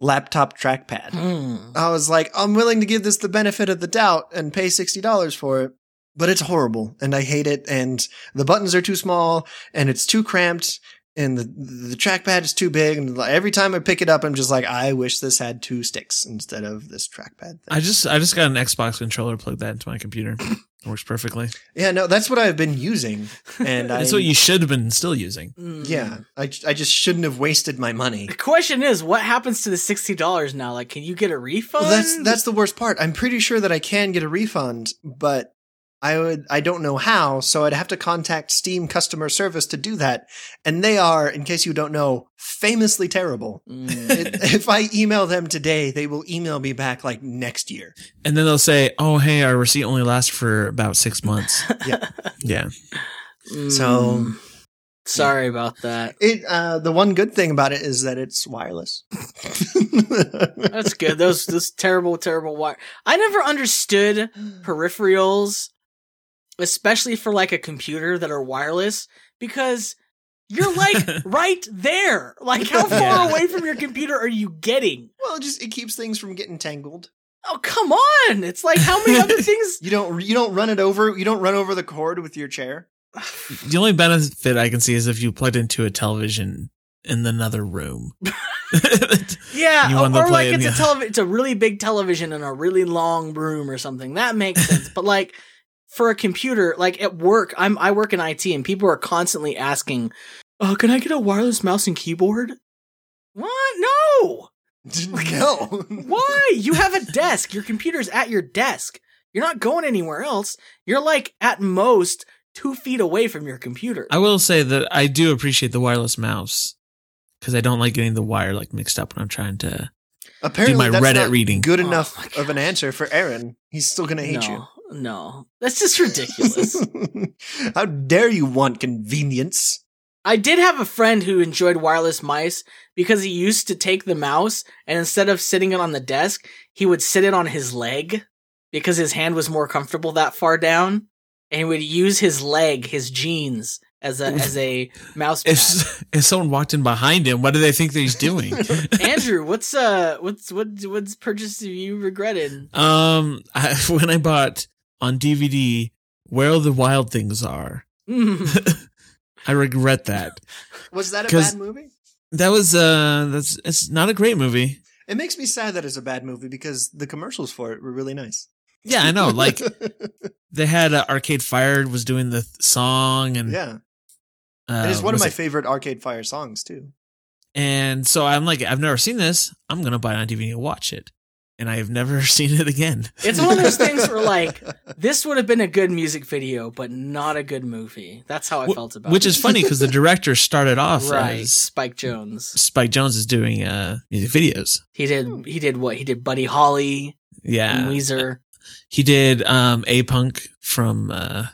laptop trackpad.
Mm.
I was like, I'm willing to give this the benefit of the doubt and pay $60 for it, but it's horrible and I hate it. And the buttons are too small and it's too cramped and the, the trackpad is too big. And like, every time I pick it up, I'm just like, I wish this had two sticks instead of this trackpad. Thing.
I just I just got an Xbox controller, plugged that into my computer. It works perfectly.
yeah, no, that's what I've been using. And I,
That's what you should have been still using.
Mm.
yeah, I, I just shouldn't have wasted my money.
The question is, what happens to the sixty dollars now? Like, can you get a refund?
Well, that's that's the worst part. I'm pretty sure that I can get a refund, but I would I don't know how, so I'd have to contact Steam customer service to do that, and they are, in case you don't know, famously terrible.
Mm.
If if I email them today, they will email me back like next year.
And then they'll say, "Oh, hey, our receipt only lasts for about six months."
Yeah.
yeah.
So-
Mm. sorry about that.
It uh, the one good thing about it is that it's wireless.
That's good. Those this terrible, terrible wire. I never understood peripherals, especially for like a computer that are wireless, because you're like right there. Like how far
Yeah.
away from your computer are you getting?
well, it just it keeps things from getting tangled.
Oh come on! It's like how many other things?
You don't you don't run it over. You don't run over the cord with your chair.
The only benefit I can see is if you plugged into a television in another room.
Yeah,
You
or,
wanna
or
play it,
like it's a
yeah.
television. It's a really big television in a really long room or something. That makes sense. but like for a computer, like at work, I'm I work in IT and people are constantly asking, "Oh, can I get a wireless mouse and keyboard?" What? No.
no.
Why? You have a desk. Your computer's at your desk. You're not going anywhere else. You're like at most two feet away from your computer.
I will say that I do appreciate the wireless mouse because I don't like getting the wire like mixed up when I'm trying to.
Apparently,
my
that's
Reddit
not
reading.
good
Oh
enough
my
of an answer for Aaron. He's still gonna hate
no, no, that's just ridiculous.
you. How dare you want convenience?
I did have a friend who enjoyed wireless mice because he used to take the mouse and instead of sitting it on the desk, he would sit it on his leg because his hand was more comfortable that far down, and he would use his leg, his jeans, as a as a mouse pad.
If if someone walked in behind him, what do they think that he's doing?
Andrew, what's uh, what's what what's purchase have you regretted?
um, I, when I bought on DVD "Where the Wild Things Are,"
Mm.
I regret that.
Was that a
'Cause-
bad movie?
That was uh, that's it's not a great movie.
It makes me sad that it's a bad movie because the commercials for it were really nice.
Yeah, I know. Like they had uh, Arcade Fire was doing the th- song, and
yeah,
uh,
it is one of
was
my
it-
favorite Arcade Fire songs too.
And so I'm like, I've never seen this. I'm gonna buy it on DVD and watch it. And I have never seen it again.
It's one of those things where like this would have been a good music video, but not a good movie. That's how I
Wh-
felt about
Which
it.
is funny because the director started off
right,
as
Spike Jones.
Spike Jones is doing uh, music videos.
He
Hmm.
did. He did what? He did Buddy Holly and
Yeah,
Weezer.
he did um, a punk from uh,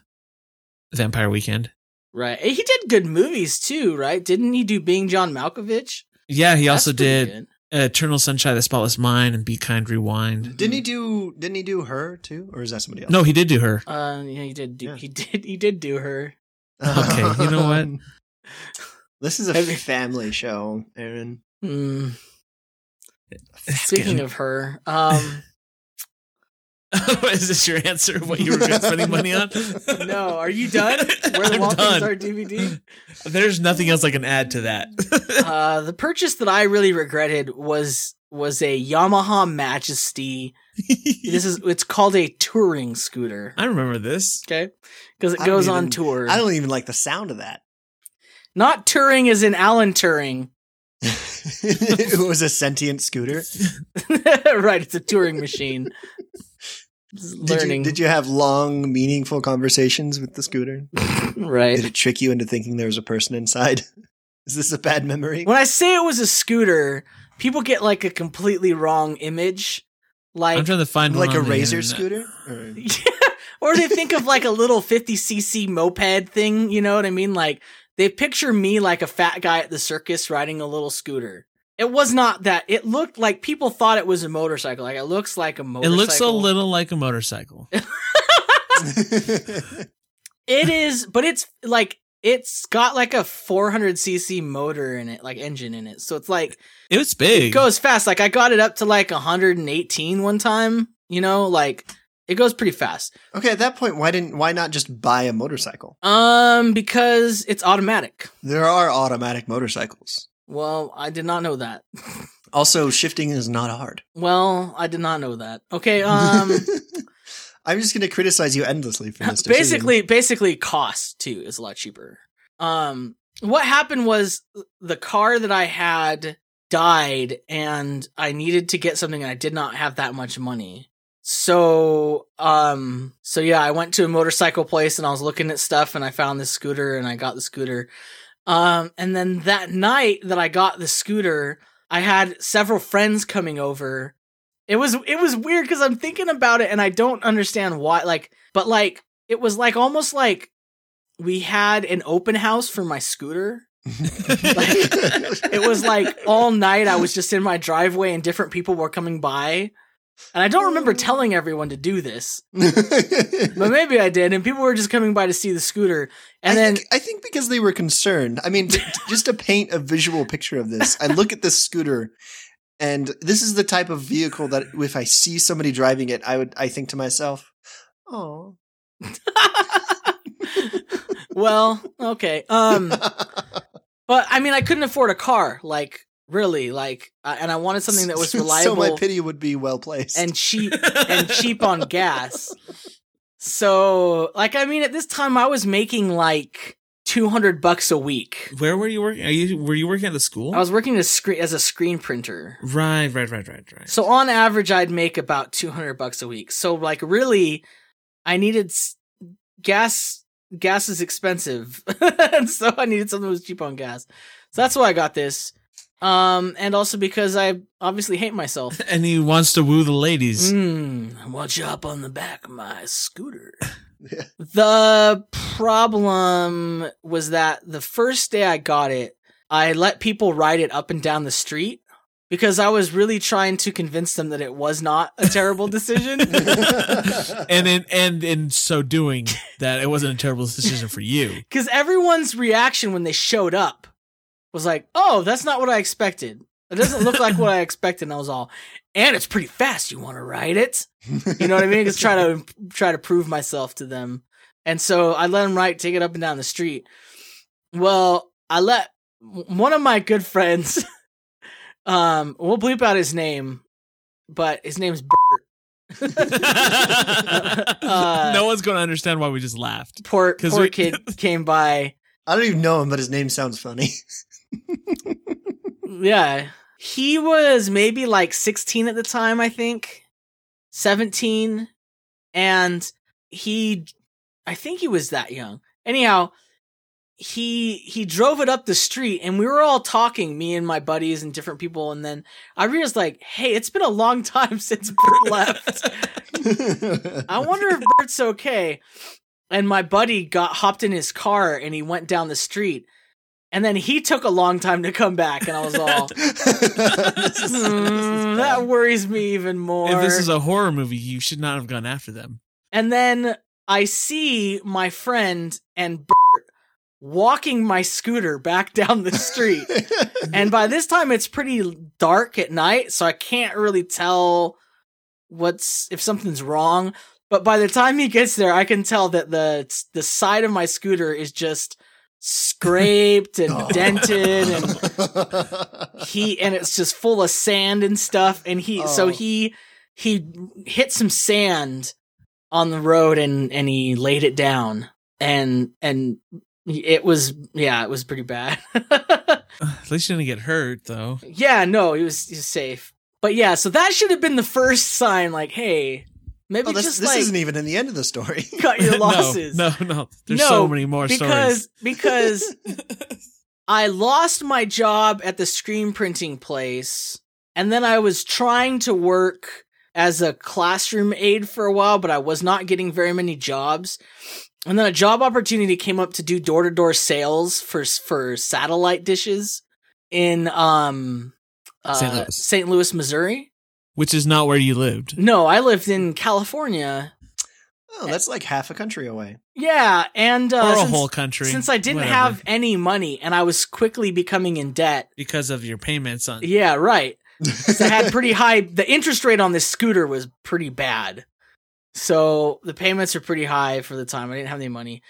Vampire Weekend.
Right. He did good movies too. Right? Didn't he do Being John Malkovich?
Yeah, he
That's
also
pretty
did
good.
Eternal Sunshine of the Spotless Mind and Be Kind Rewind.
Didn't he do? Didn't he do her too, or is that somebody else?
Hmm. No, he did do her.
Uh, yeah, he did. Do,
Yeah.
He did. He did do her.
Okay, you know what?
This is a
Have you-
family show, Aaron.
Hmm.
That's
Speaking
good.
of her, um,
is this your answer? What you regret spending money on?
no, are you done? Where the
I'm
Walkins
done.
are DVD.
There's nothing else I can add to that.
Uh, the purchase that I really regretted was was a Yamaha Majesty. This is it's called a touring scooter.
I remember this.
Okay, because it
I don't
goes on
even-
tour.
I don't even like the sound of that.
Not touring as in Alan Turing.
it was a sentient scooter.
right, it's a touring machine. It's
Did
Learning,
you, did you have long, meaningful conversations with the scooter? Did
right?
it trick you into thinking there was a person inside? Is this a bad memory?
When I say it was a scooter, people get like a completely wrong image,
I'm
like
trying to find
like
one
a
on the
razor
internet.
scooter? Or-
or they think of like a little 50cc moped thing. You know what I mean? Like they picture me like a fat guy at the circus riding a little scooter. It was not that. It looked like people thought it was a motorcycle. Like it looks like a
It
motorcycle.
looks a little like a motorcycle.
It is, but it's like it's got like a 400cc motor in it, like engine in it. So it's like
It was big.
it goes fast. Like I got it up to like 118 one time. You know, like it goes pretty fast.
okay, at that point, why didn't why not just buy a motorcycle?
Um, because it's automatic.
There are automatic motorcycles.
Well, I did not know that.
Also, shifting is not hard.
Well, I did not know that. Okay. Um,
I'm just going to criticize you endlessly for this. decision.
basically, basically, cost too is a lot cheaper. Um, what happened was uh, the car that I had died, and I needed to get something, and I did not have that much money. So, um, so yeah, I went to a motorcycle place, and I was looking at stuff, and I found this scooter, and I got the scooter. Um, and then that night that I got the scooter, I had several friends coming over. It was it was weird because I'm thinking about it and I don't understand why. Like, but like it was like almost like we had an open house for my scooter. It was like all night I was just in my driveway and different people were coming by. And I don't
Oh.
remember telling everyone to do this, but maybe I did. And people were just coming by to see the scooter. And
I
then
think, I think because they were concerned. I mean, t- t- just to paint a visual picture of this, I look at this scooter, and this is the type of vehicle that if I see somebody driving it, I would I think to myself, "Oh,
well, okay. Um, but I mean, I couldn't afford a car, like really, like, uh, and I wanted something that was
so my
reliable
pity would be well placed.
and cheap and cheap on gas. So, like, I mean, at this time, I was making like two hundred bucks a week.
Where were you working? Are you were you working at the school?
I was working as, screen, as a screen printer.
right, right, right, right, right.
So on average, I'd make about two hundred bucks a week. So like, really, I needed s- gas. Gas is expensive, and so I needed something that was cheap on gas. So that's why I got this, um, and also because I obviously hate myself.
and he wants to woo the ladies.
Mm, watch you hop on the back of my scooter.
Yeah.
the problem was that the first day I got it, I let people ride it up and down the street because I was really trying to convince them that it was not a terrible decision. Mm.
and in and in so doing, that it wasn't a terrible decision for you.
Because everyone's reaction when they showed up was like, oh, that's not what I expected. It doesn't look like what I expected. And I was all, and it's pretty fast. You want to ride it? You know what I mean? Just try to try to prove myself to them. And so I let him write, take it up and down the street. Well, I let one of my good friends, um, we'll bleep out his name, but his name's Uh,
no one's going to understand why we just laughed.
poor
'Cause
poor
we-
kid came by.
I don't even know him, but his name sounds funny.
Yeah. He was maybe like 16 at the time, I think. 17. And he I think he was that young. Anyhow, he he drove it up the street and we were all talking, me and my buddies and different people, and then I realized like, hey, it's been a long time since Bert left. I wonder if Bert's okay. And my buddy got hopped in his car and he went down the street. And then he took a long time to come back, and I was all,
This is- this is
"Mm, that
bad.
worries me even more.
if this is a horror movie, you should not have gone after them.
And then I see my friend and Bert walking my scooter back down the street. and by this time, it's pretty dark at night, so I can't really tell what's if something's wrong. But by the time he gets there, I can tell that the the side of my scooter is just scraped and dented and he and it's just full of sand and stuff and he so
Oh.
he he hit some sand on the road and and he laid it down and and it was yeah it was pretty bad
At least you didn't get hurt, though.
yeah no he was, he was safe but yeah so that should have been the first sign like hey maybe
Oh, that's-
just
this
like
isn't even in the end of the story.
cut your losses
No, no, no. There's
No,
so many more
because because I lost my job at the screen printing place, and then I was trying to work as a classroom aide for a while, but I was not getting very many jobs. And then a job opportunity came up to do door to door sales for for satellite dishes in um uh,
St. Louis.
St. Louis, Missouri.
which is not where you lived.
No, I lived in California.
Oh,
Eh.
that's like half a country away.
Yeah, and uh,
or a
since-
whole country.
Since I didn't
whatever,
have any money and I was quickly becoming in debt.
because of your payments on
Yeah, right. 'Cause I had pretty high the interest rate on this scooter was pretty bad. So the payments are pretty high for the time. I didn't have any money.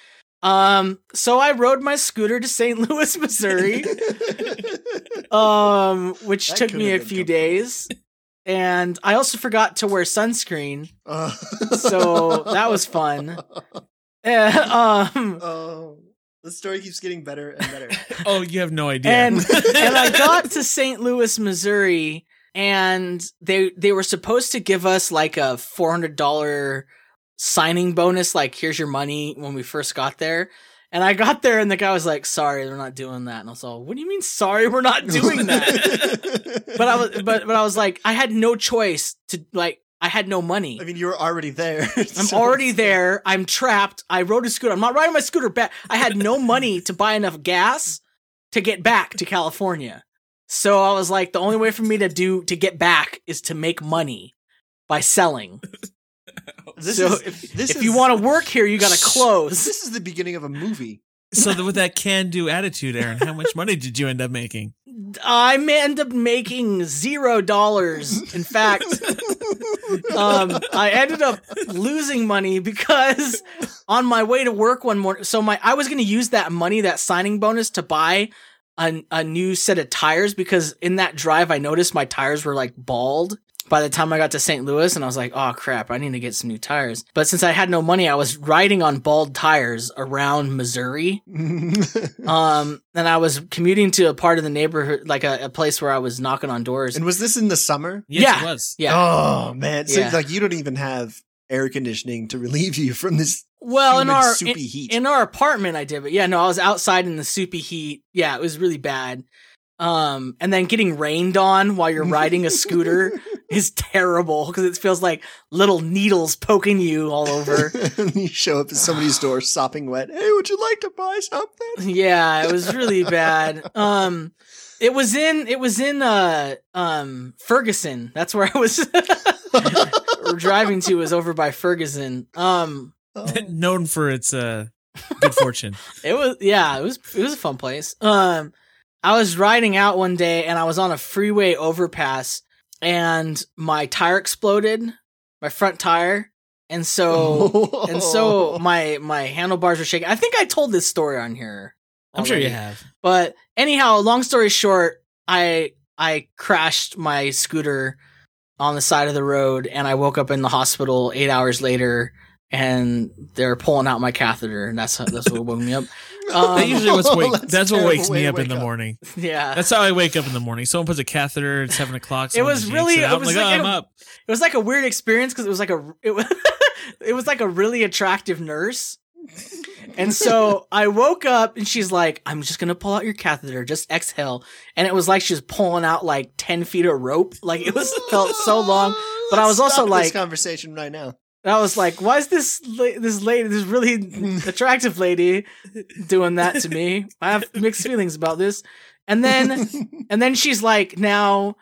Um so I rode my scooter to St. Louis, Missouri, um which
That
took
could've
me a
been
few
comfortable.
days. And I also forgot to wear sunscreen.
Uh.
So, that was fun. Eh, um
Oh, the story keeps getting better and better.
Oh, you have no idea.
And and I got to St. Louis, Missouri, and they they were supposed to give us like a four hundred dollar signing bonus, like here's your money when we first got there. And I got there, and the guy was like, "Sorry, we're not doing that." And I was all, "What do you mean, sorry, we're not doing that?" but I was, but but I was like, I had no choice to like, I had no money.
I mean, you were already there.
I'm already there. I'm trapped. I rode a scooter. I'm not riding my scooter back. I had no money to buy enough gas to get back to California. So I was like, the only way for me to do to get back is to make money by selling.
This
So
is, if, this
if you want to work here, you got to close.
this is the beginning of a movie.
so that with that can-do attitude, Aaron, how much money did you end up making?
I end up making zero dollars. In fact, um, I ended up losing money because on my way to work one morning, so my I was going to use that money, that signing bonus, to buy a, a new set of tires because in that drive I noticed my tires were like bald. By the time I got to St. Louis, and I was like, "Oh crap, I need to get some new tires." But since I had no money, I was riding on bald tires around Missouri
and
um and i was commuting to a part of the neighborhood like a, a place where i was knocking on doors
was this in the summer?
Yes,
Yeah.
it was.
yeah
Oh man! So
Yeah.
like, you don't even have air conditioning to relieve you from this
well in
humid,
our
soupy
in,
heat.
in our apartment i did but yeah no i was outside in the soupy heat yeah it was really bad um and then getting rained on while you're riding a scooter is terrible because it feels like little needles poking you all over
and you show up at somebody's door sopping wet. Hey, would you like to buy something?
yeah it was really bad um it was in it was in uh um ferguson that's where i was driving to was over by ferguson um
Oh.
Known for its uh, good fortune.
It was yeah, it was it was a fun place. Um I was riding out one day and I was on a freeway overpass and my tire exploded, my front tire. And so and so my my handlebars were shaking. I think I told this story on here.
I'm sure you
already.
have.
But anyhow, long story short, I I crashed my scooter on the side of the road and I woke up in the hospital 8 hours later and they're pulling out my catheter and that's that's what woke me up. um, Oh
That usually what's wake,
That's a
that's, what
terrible
wakes
way
me
to
up in
wake
the
up.
morning.
Yeah.
That's how I wake up in the morning. Someone puts a catheter. It's seven o'clock. someone
was
jinxes
really-
It
it
out. I'm like,
was like-
oh, I'm up.
it was like a weird experience because it was like a it was, it was like a really attractive nurse and so i woke up and she's like i'm just gonna pull out your catheter just exhale and it was like she was pulling out like 10 feet of rope like it was felt so long but I was
Let's
also
stop
like-
this conversation right now.
And I was like, why is this la- this lady, this really attractive lady, doing that to me? I have mixed feelings about this. And then and then she's like, now,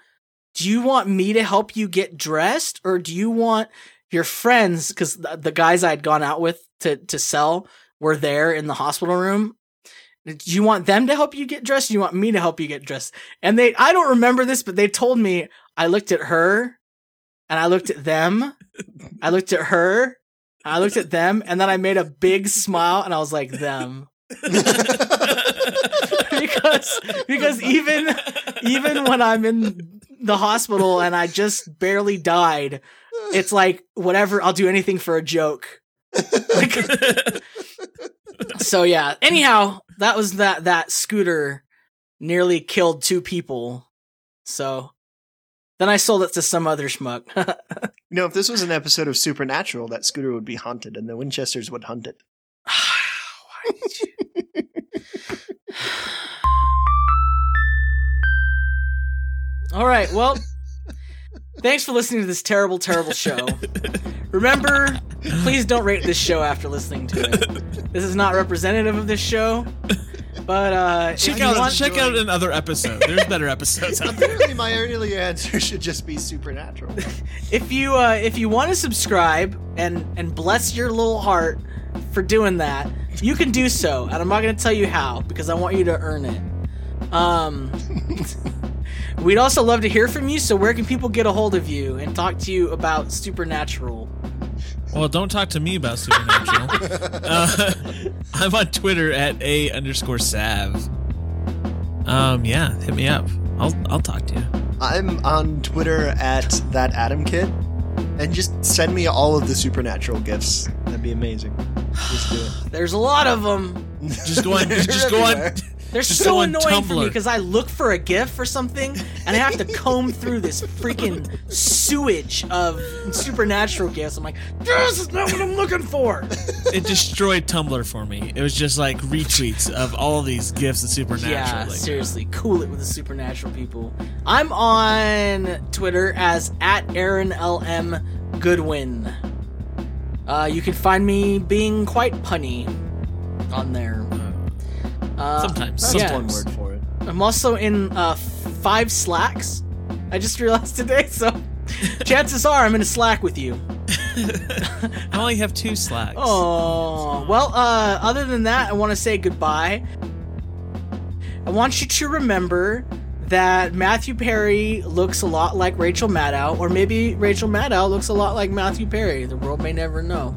do you want me to help you get dressed, or do you want your friends? Because the, the guys I had gone out with to to sell were there in the hospital room. Do you want them to help you get dressed? Do you want me to help you get dressed? And they, I don't remember this, but they told me I looked at her and I looked at them. I looked at her. I looked at them, and then I made a big smile, and I was like, "Them," because because even even when I'm in the hospital and I just barely died, it's like whatever. I'll do anything for a joke. Like, so yeah. Anyhow, that was that that scooter nearly killed two people. So then I sold it to some other schmuck.
You know, if this was an episode of Supernatural, that scooter would be haunted and the Winchesters would hunt it.
Why did you- All right. Well, thanks for listening to this terrible, terrible show. Remember, please don't rate this show after listening to it. This is not representative of this show. But uh, if
check
you
out
want-
check out another episode. There's better episodes out there.
Apparently, my earlier answer should just be Supernatural.
if you uh, if you want to subscribe and and bless your little heart for doing that, you can do so, and I'm not going to tell you how because I want you to earn it. Um, we'd also love to hear from you. So where can people get a hold of you and talk to you about Supernatural?
Well, don't talk to me about supernatural. uh, I'm on Twitter at a underscore sav. Um, yeah, hit me up. I'll I'll talk to you.
I'm on Twitter at that Adam Kid, and just send me all of the Supernatural gifts. That'd be amazing. Just do it.
There's a lot of them.
Just go on. just go on.
They're
Just
so
go on
annoying for me
Tumblr.
because I look for a GIF or something and I have to comb through this freaking sewage of supernatural GIFs. I'm like, this is not what I'm looking for.
It destroyed Tumblr for me. It was just like retweets of all these gifts of supernatural.
Yeah,
like,
seriously, cool it with the supernatural people. I'm on Twitter as at Aaron L M Goodwin. Uh, you can find me being quite punny on there. Uh,
Sometimes.
That's
yeah.
one word for it.
I'm also in uh, five slacks. I just realized today, so chances are I'm in a slack with you.
I only have two slacks.
Oh, well, uh, other than that, I want to say goodbye. I want you to remember that Matthew Perry looks a lot like Rachel Maddow, or maybe Rachel Maddow looks a lot like Matthew Perry. The world may never know.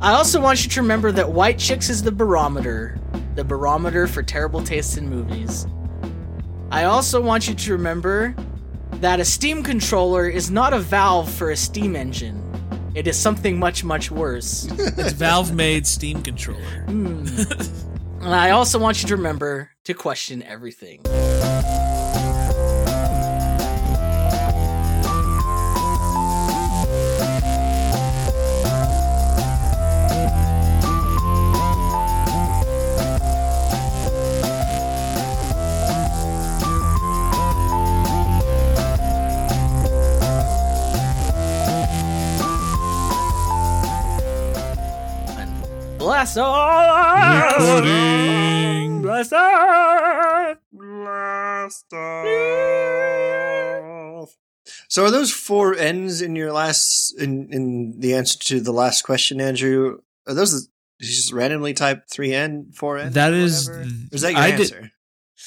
I also want you to remember that White Chicks is the barometer, the barometer for terrible taste in movies. I also want you to remember that a steam controller is not a valve for a steam engine. It is something much, much worse.
It's Valve made Steam controller.
Hmm. and I also want you to remember to question everything. And Bless all!
Recording.
Bless us!
Blast off. So are those four N's in your last in in the answer to the last question, Andrew? Are those the, did you just randomly type three N, four N?
That is-
Or is that your
I did-
answer?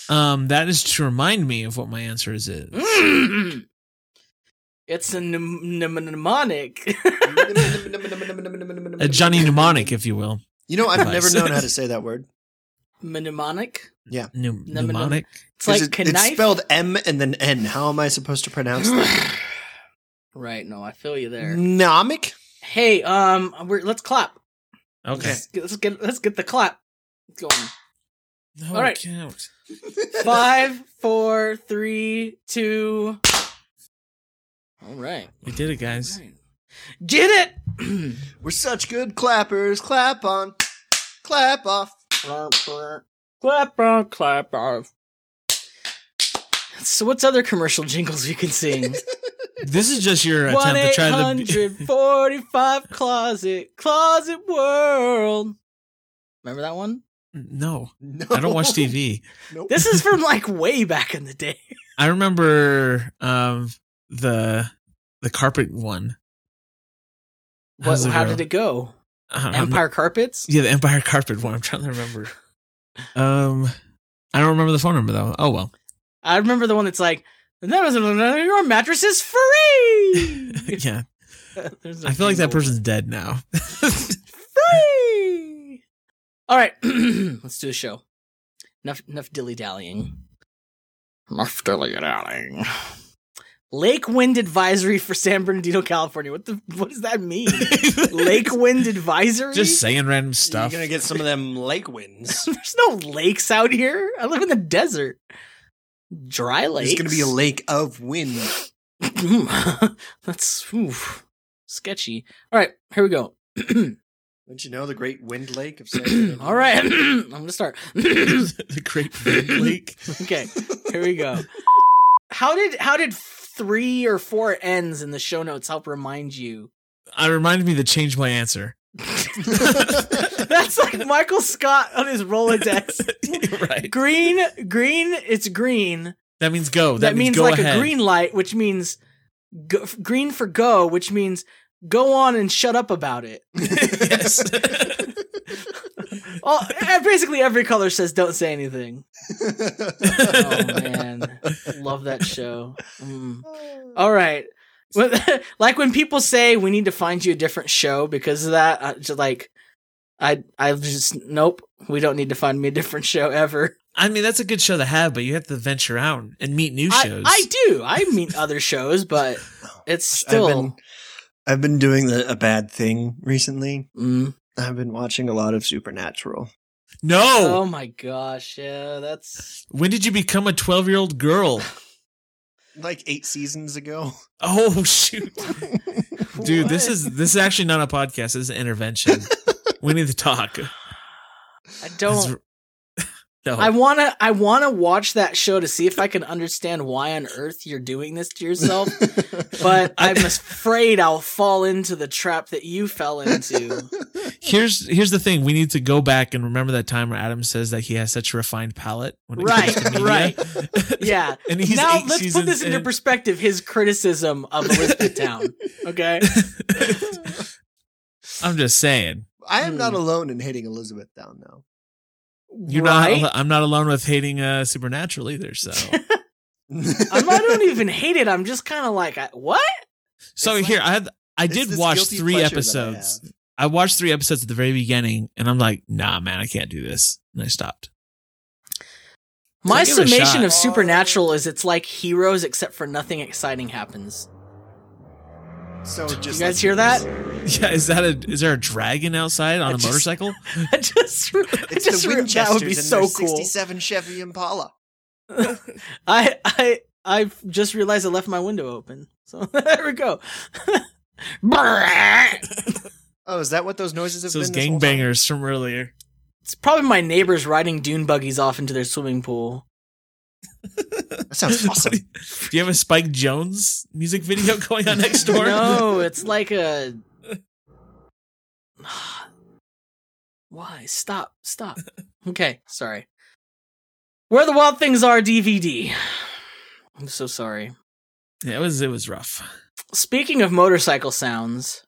Um, that is to remind me of what my answer is. is.
Mm.
It's a mnem- mnem- mnemonic.
A Johnny mnemonic, if you will.
You know, I've
Nice.
never known how to say that word.
mnemonic?
Mnem-
Mnem-
mnemonic.
It's like
Is it-
knife.
it's spelled M and then N. How am I supposed to pronounce that?
right, no, I feel you there.
Nomic?
Hey, um, we're, let's clap.
Okay.
Let's, get- let's get let's get the clap going.
No,
All right.
it can't.
Five, four, three, two. All right.
We did it, guys.
Get it.
We're such good clappers. Clap on, clap off.
clap, clap, clap, off, clap off. So, what's other commercial jingles you can sing?
This is just your attempt
One
to
eight
try to.
hundred forty-five closet closet world. Remember that one?
No,
No.
I don't watch TV.
Nope.
This is from like way back in the day.
I remember um the the carpet one.
What,
How's it
how
go?
did it go?
Um,
Empire carpets.
Yeah, the Empire carpet one. I'm trying to remember. Um, I don't remember the phone number though. Oh well.
I remember the one that's like, your mattress is free.
yeah,
There's a
I feel like that
jingle.
person's dead now.
free. All right, let's do a show. Enough, enough dilly dallying. Enough dilly dallying. Lake wind advisory for San Bernardino, California. What the? What does that mean? lake wind advisory?
Just saying random stuff.
You're gonna get some of them lake winds.
There's no lakes out here. I live in the desert. Dry lakes.
There's gonna be a lake of wind.
lake. That's oof, sketchy. All right, here we go.
Don't you know the Great Wind Lake of San Bernardino?
All right, I'm gonna start.
the Great Wind Lake.
Okay, here we go. How did how did three or four ends in the show notes help remind you?
I reminded me to change my answer.
That's like Michael Scott on his Rolodex.
right.
green, green, it's green.
That means go. Oh, That,
That, means,
go
like
ahead.
a green light, which means go, f- green for go, which means go on and shut up about it.
yes.
All, eh, basically, every color says don't say anything. Oh man, love that show. Mm. All right. Well, like when people say we need to find you a different show because of that, I just like I I just nope, we don't need to find me a different show ever.
I mean, that's a good show to have, but you have to venture out and meet new
I,
shows.
I do. I mean other shows, but it's
I've
still
been, I've been doing the, a bad thing recently.
Mm.
I've been watching a lot of Supernatural.
no.
Oh my gosh, yeah, that's
when did you become a 12 year old girl?
Like eight seasons ago.
Oh, shoot. Dude, this
What?
is this is actually not a podcast. This is an intervention. we need to talk.
I don't
No.
I wanna I wanna watch that show to see if I can understand why on earth you're doing this to yourself. But
I-
I'm afraid I'll fall into the trap that you fell into.
here's here's the thing. We need to go back and remember that time where Adam says that he has such a refined palate. When it
Right,
comes to media.
right. Yeah.
And he's
now
eight
let's put
seasons
this into
in.
perspective. His criticism of Elizabeth Town. Okay.
I'm just saying.
I am not alone in hating Elizabeth down though.
You're
right?
not. al- I'm not alone with hating uh, Supernatural either. So,
I'm not- I don't even hate it. I'm just kind of like, I, what?
so
It's like-
here I had. I
It's
did
this
watch
guilty
three
pleasure that I
episodes.
have.
I, watched three episodes at the very beginning, and I'm like, nah, man, I can't do this, and I stopped.
My
give it a shot.
summation of Supernatural is it's like heroes, except for nothing exciting happens.
So just
You guys
like
hear that?
Yeah, is that a is there a dragon outside on a
I just-
motorcycle?
I just, I
It's
just
the
re-
Winchesters
that would be
and
so
their
cool.
Sixty-seven Chevy Impala.
I, I, I just realized I left my window open. So there we go.
Oh, is that what those noises have
Those
been? this whole time?
gangbangers from earlier.
it's probably my neighbors riding dune buggies off into their swimming pool.
That sounds awesome.
do you have a Spike Jones music video going on next door?
No, it's like a. Why? Stop! Stop! Okay, sorry. Where the Wild Things Are DVD. I'm so sorry.
Yeah, it was it was rough.
Speaking of motorcycle sounds,